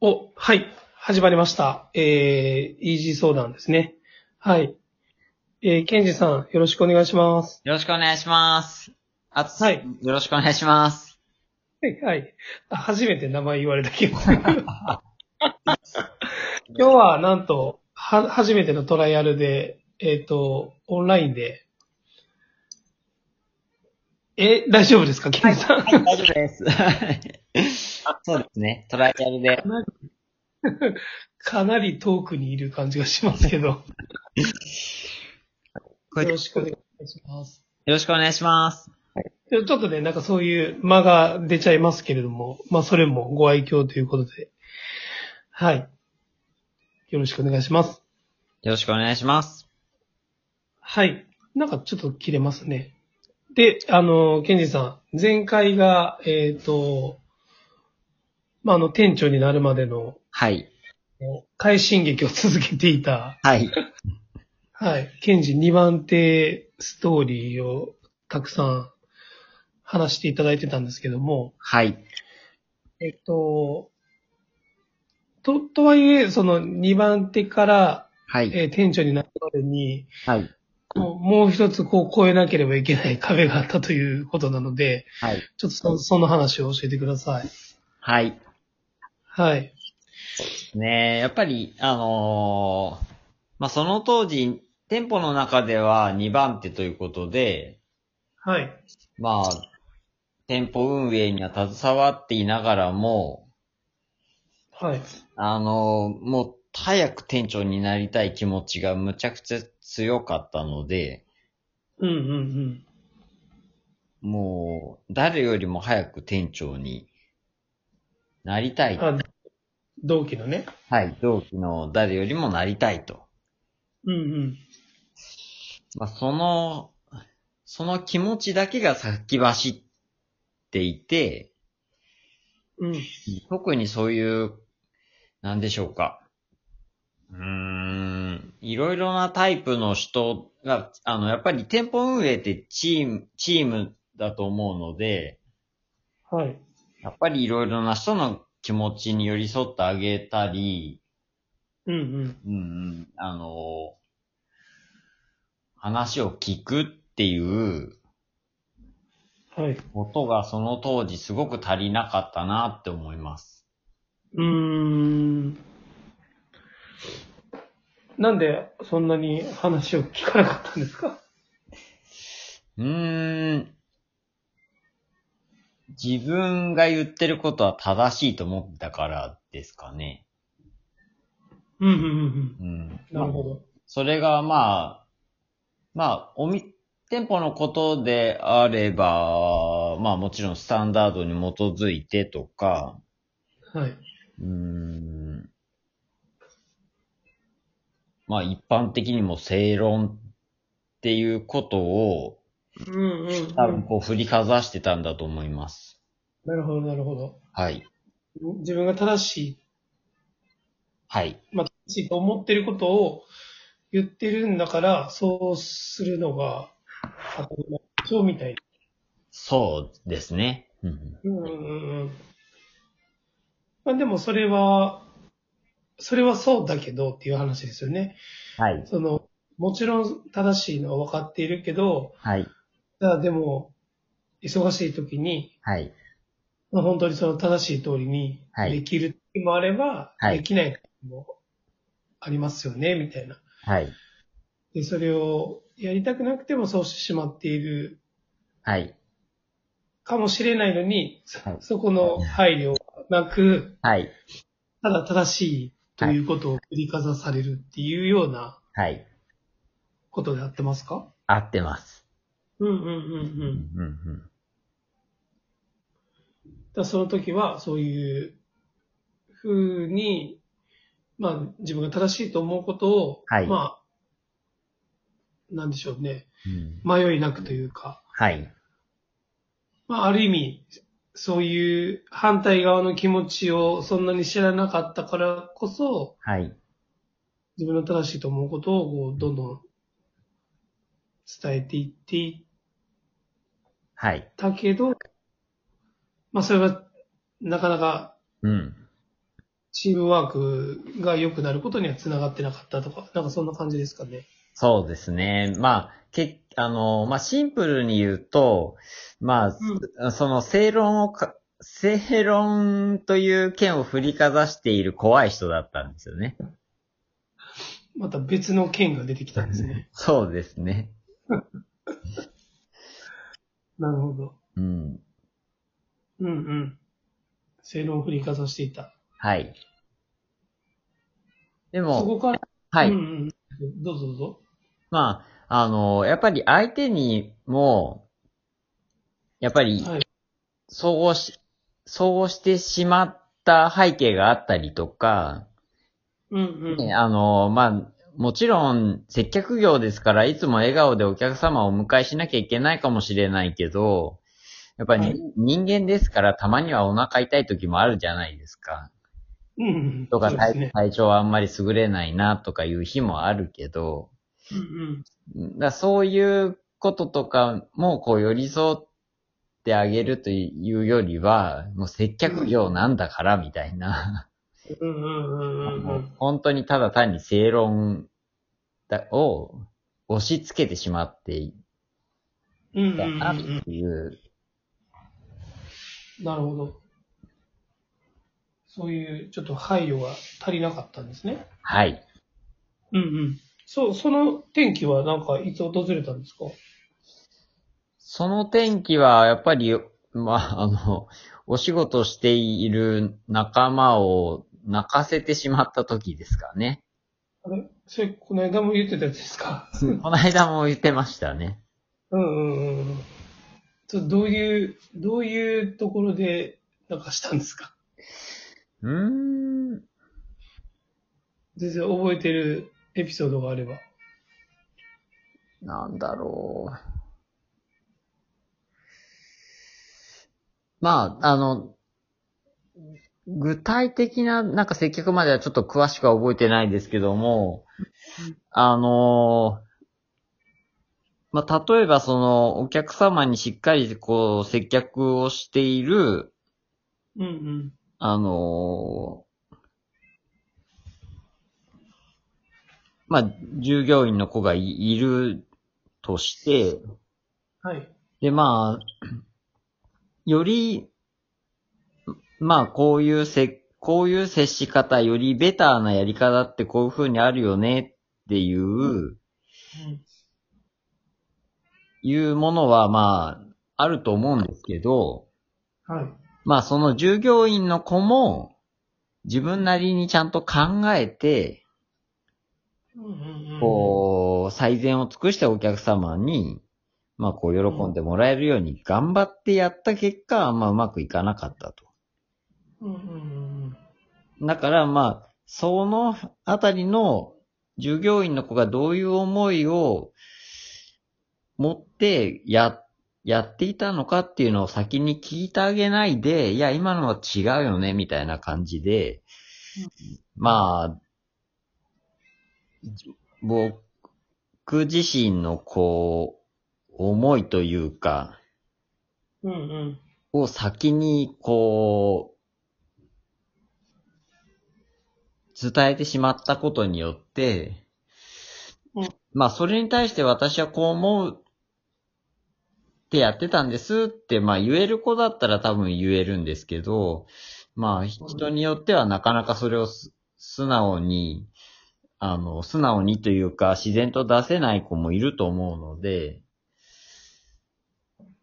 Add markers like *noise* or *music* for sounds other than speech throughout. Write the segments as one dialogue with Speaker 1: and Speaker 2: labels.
Speaker 1: お、はい。始まりました。えー、イージー相談ですね。はい。えー、ケンジさん、よろしくお願いします。
Speaker 2: よろしくお願いします。あつ、
Speaker 1: はい
Speaker 2: よろしくお願いします。
Speaker 1: はいはい。あ初めて名前言われた
Speaker 2: *laughs*
Speaker 1: けど。今日は、なんと、は、初めてのトライアルで、えっ、と、オンラインで。え、大丈夫ですか、ケンジさん。
Speaker 2: はい、大丈夫です。 *laughs* そうですね。トライアルで。
Speaker 1: かなり遠くにいる感じがしますけど。
Speaker 2: これ
Speaker 1: よ
Speaker 2: よ
Speaker 1: ろしくお願いします。
Speaker 2: ろしくお願いします。
Speaker 1: ちょちょっとね、なんかそういう間が出ちゃいますけれども、まあそれもご愛嬌ということで。はい。よろしくお願いします。
Speaker 2: よろしくお願いします。
Speaker 1: はい。なんかちょっと切れますね。で、あの、ケンジさん、前回が、えっ、と、まあ、あの、店長になるまでの、
Speaker 2: はい。
Speaker 1: 快進撃を続けていた、
Speaker 2: はい。
Speaker 1: はい。ケンジ2番手ストーリーをたくさん話していただいてたんですけども、
Speaker 2: はい。
Speaker 1: えっと、と、とはいえ、その2番手から、
Speaker 2: はい。
Speaker 1: えー店長になるまでに、
Speaker 2: はい。
Speaker 1: もうもう一つこう超えなければいけない *laughs* 壁があったということなので、
Speaker 2: はい。
Speaker 1: ちょっとそその話を教えてください。
Speaker 2: はい。
Speaker 1: はい。
Speaker 2: ねえやっぱり、あのーまあ、その当時、店舗の中では2番手ということで、
Speaker 1: はい。
Speaker 2: まあ、店舗運営には携わっていながらも、
Speaker 1: はい。
Speaker 2: あの、もう早く店長になりたい気持ちがむちゃくちゃ強かったので、
Speaker 1: うんうんうん。
Speaker 2: もう誰よりも早く店長になりたい。
Speaker 1: あ同期のね。
Speaker 2: はい、同期の誰よりもなりたいと。
Speaker 1: うんうん。
Speaker 2: まあ、その、その気持ちだけが先走っていて、
Speaker 1: うん。
Speaker 2: 特にそういう、なんでしょうか。うーん、いろいろなタイプの人が、あの、やっぱり店舗運営ってチーム、チームだと思うので、
Speaker 1: はい。
Speaker 2: やっぱりいろいろな人の気持ちに寄り添ってあげたり、
Speaker 1: うんうん。
Speaker 2: うんうん、あの、話を聞くっていう
Speaker 1: はい。
Speaker 2: ことがその当時すごく足りなかったなって思います。
Speaker 1: うーん。なんでそんなに話を聞かなかったんですか
Speaker 2: うーん。自分が言ってることは正しいと思ったからですかね。
Speaker 1: うんうんうん
Speaker 2: うん。
Speaker 1: なるほ
Speaker 2: まあ
Speaker 1: ど。
Speaker 2: それがまあ、まあ、おみ、店舗のことであれば、まあもちろんスタンダードに基づいてとか、
Speaker 1: はい。
Speaker 2: うーん。まあ一般的にも正論っていうことを、
Speaker 1: うんうん、
Speaker 2: 多分こう振りかざしてたんだと思います。
Speaker 1: なるほど、なるほど。
Speaker 2: はい。
Speaker 1: 自分が正しい、
Speaker 2: はい。
Speaker 1: まあ、正しいと思ってることを言ってるんだから、そうするのが当たり前でしょみたい
Speaker 2: そうですね。うん
Speaker 1: な。うんうんうん。まあでもそれは、それはそうだけどっていう話ですよね。
Speaker 2: はい。
Speaker 1: その、もちろん正しいのは分かっているけど、
Speaker 2: はい。
Speaker 1: じゃあでも、忙しい時に、
Speaker 2: はい。
Speaker 1: まあ、本当にその正しい通りに
Speaker 2: はい
Speaker 1: できる時もあれば、
Speaker 2: はい
Speaker 1: できない時もありますよね、みたいな。
Speaker 2: はい。
Speaker 1: で、それをやりたくなくてもそうしてしまっている
Speaker 2: はい。
Speaker 1: かもしれないのに、そ
Speaker 2: はい
Speaker 1: そこの配慮はなく、
Speaker 2: はい。
Speaker 1: ただ正しいということを振りかざされるっていうような
Speaker 2: はい。
Speaker 1: ことであってますか
Speaker 2: 合ってます。
Speaker 1: うんうんうん
Speaker 2: う
Speaker 1: うん。
Speaker 2: んうん。
Speaker 1: だからその時はそういうふうに、まあ自分が正しいと思うことを、
Speaker 2: はい
Speaker 1: まあ、なんでしょうね、
Speaker 2: うん
Speaker 1: 迷いなくというか、
Speaker 2: はい。
Speaker 1: まあある意味、そういう反対側の気持ちをそんなに知らなかったからこそ、
Speaker 2: はい。
Speaker 1: 自分の正しいと思うことをこうどんどん伝えていってい
Speaker 2: はい。
Speaker 1: ったけど、まあそれはなかなか
Speaker 2: うん。
Speaker 1: チームワークが良くなることには繋がってなかったとか、なんかそんな感じですかね。
Speaker 2: そうですね。まあ、け、あの、まあ、シンプルに言うと、まあ、その正論をか、正論という剣を振りかざしている怖い人だったんですよね。
Speaker 1: また別の件が出てきたんですね。
Speaker 2: そうですね。
Speaker 1: なるほど。
Speaker 2: うん。
Speaker 1: うんうん。正論を振りかざしていた。
Speaker 2: はい。で
Speaker 1: そ
Speaker 2: も、
Speaker 1: こから、
Speaker 2: は
Speaker 1: う
Speaker 2: い。
Speaker 1: んうん。どうぞどうぞ。
Speaker 2: まあ、あの、やっぱり相手にも、やっぱり
Speaker 1: はい、
Speaker 2: そうし、そうしてしまった背景があったりとか、
Speaker 1: うん
Speaker 2: ね、あの、まあ、もちろん、接客業ですから、いつも笑顔でお客様をお迎えしなきゃいけないかもしれないけど、やっぱり、
Speaker 1: はい
Speaker 2: 人間ですから、たまにはお腹痛い時もあるじゃないですか。
Speaker 1: うん。うんうん。
Speaker 2: とか、
Speaker 1: そうです
Speaker 2: 体
Speaker 1: ね。
Speaker 2: 体調はあんまり優れないな、とかいう日もあるけど、
Speaker 1: うんうん。
Speaker 2: だからそういうこととかも、こう、寄り添ってあげるというよりは、もう接客業なんだから、みたいな。
Speaker 1: うんうんうんうんうん。
Speaker 2: 本当にただ単に正論だを押し付けてしまってい
Speaker 1: うんうんう
Speaker 2: た
Speaker 1: ん
Speaker 2: な
Speaker 1: うん。
Speaker 2: っていう、
Speaker 1: なるほど。そういうちょっと配慮が足りなかったんですね。
Speaker 2: はい。
Speaker 1: うんうん。そう、その天気はなんかいつ訪れたんですか
Speaker 2: その天気はやっぱり、まあ、あの、お仕事している仲間を泣かせてしまった時ですかね。
Speaker 1: あれそれ、この間も言ってたやつですか
Speaker 2: この間も言ってましたね。
Speaker 1: うんうんうんうん。それどういう、どういうところでなんかしたんですか
Speaker 2: うーん。
Speaker 1: 全然覚えてるエピソードがあれば。
Speaker 2: なんだろう。まあ、あの、具体的な、なんか接客まではちょっと詳しくは覚えてないですけども
Speaker 1: うん、
Speaker 2: あの、まあ、例えばその、お客様にしっかりこう、接客をしている、
Speaker 1: うん
Speaker 2: あの、まあ、従業員の子がいいるとして、
Speaker 1: うん。はい。
Speaker 2: で、まあ、より、まあ、こういうせ、こういう接し方、よりベターなやり方ってこういう風にあるよねっていう、いうものは、まあ、あると思うんですけど、
Speaker 1: うん、はい。
Speaker 2: まあ、その従業員の子も、自分なりにちゃんと考えて、
Speaker 1: うんうんうん。
Speaker 2: こう、最善を尽くしてお客様に、まあ、こう、喜んでもらえるように頑張ってやった結果、まあ、うまくいかなかったと。
Speaker 1: うんうんうん
Speaker 2: だからまあ、そのあたりの従業員の子がどういう思いを持ってや、やっていたのかっていうのを先に聞いてあげないで、いや、今のは違うよね、みたいな感じで、まあ、僕自身のこう、思いというか、
Speaker 1: うん。うんうん。
Speaker 2: を先に、こう、伝えてしまったことによって
Speaker 1: うん、
Speaker 2: まあ、それに対して私はこう思うってやってたんですって、まあ、言える子だったら多分言えるんですけど、まあ、人によってはなかなかそれをす素直に、あの、素直にというか、自然と出せない子もいると思うので、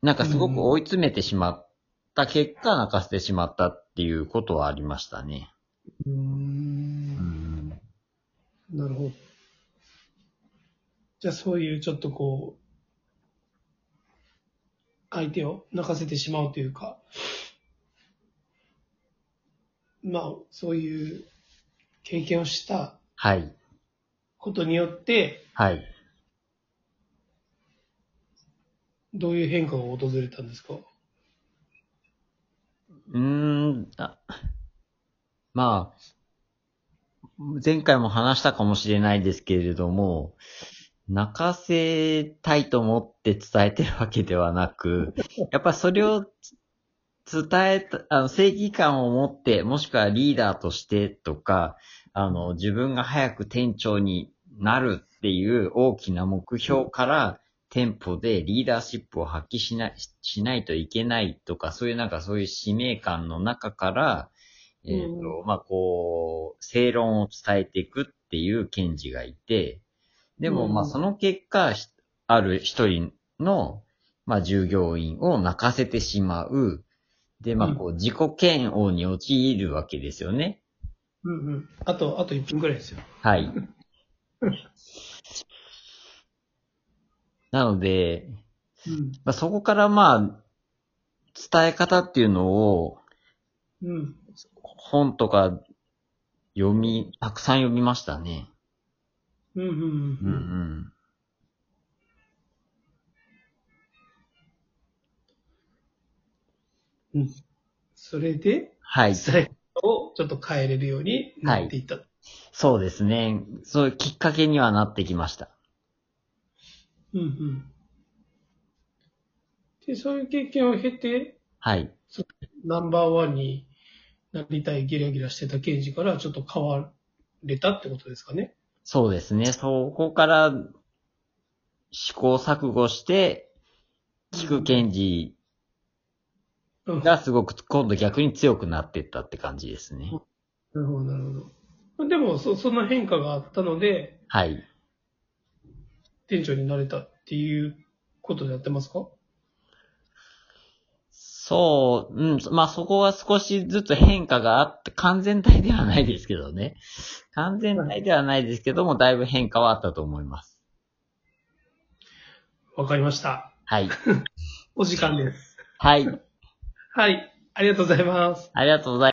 Speaker 2: なんかすごく追い詰めてしまった結果、泣かせてしまったっていうことはありましたね。
Speaker 1: うーん。なるほど。じゃあそういうちょっとこう、相手を泣かせてしまうというか、まあそういう経験をした
Speaker 2: はい。
Speaker 1: ことによって、
Speaker 2: はい。
Speaker 1: どういう変化が訪れたんですか
Speaker 2: うーん、あまあ、前回も話したかもしれないですけれども、泣かせたいと思って伝えてるわけではなく、やっぱそれを伝えた、あの、正義感を持って、もしくはリーダーとしてとか、あの、自分が早く店長になるっていう大きな目標から、店舗でリーダーシップを発揮しない、ししないといけないとか、そういうなんかそういう使命感の中から、えっ、と、まあ、こう、正論を伝えていくっていう検事がいて、でも、
Speaker 1: うん
Speaker 2: まあ、その結果、しある一人の、まあ、従業員を泣かせてしまう。で、まあ、こう、自己嫌悪に陥るわけですよね。
Speaker 1: うんうん。あと、あと1分くらいですよ。
Speaker 2: はい。 *laughs* なので、
Speaker 1: うん。
Speaker 2: まあ、そこからまあ、伝え方っていうのを、
Speaker 1: うん。
Speaker 2: 本とか読み、たくさん読みましたね。
Speaker 1: うんうん
Speaker 2: うん
Speaker 1: う。
Speaker 2: うんん。
Speaker 1: それで、
Speaker 2: はい。
Speaker 1: 伝え方をちょっと変えれるようになっていった。
Speaker 2: そうですね。そういうきっかけにはなってきました。
Speaker 1: うんうん。で、そういう経験を経て、
Speaker 2: はい。
Speaker 1: ナンバーワンになりたいギラギラしてた刑事からちょっと変われたってことですかね。
Speaker 2: そうですね。そこから試行錯誤して、菊賢治
Speaker 1: うん。な
Speaker 2: がすごく今度逆に強くなっていったって感じですね。
Speaker 1: るほど、なるほど。でも、そ、そんな変化があったので、
Speaker 2: はい。
Speaker 1: 店長になれたっていうことでやってますか
Speaker 2: そう、うん、まあそこは少しずつ変化があって、完全体ではないですけどね。完全体ではないですけども、だいぶ変化はあったと思います。
Speaker 1: わかりました。
Speaker 2: はい。
Speaker 1: お時間です。
Speaker 2: はい。
Speaker 1: はい。ありがとうございます。
Speaker 2: ありがとうございます。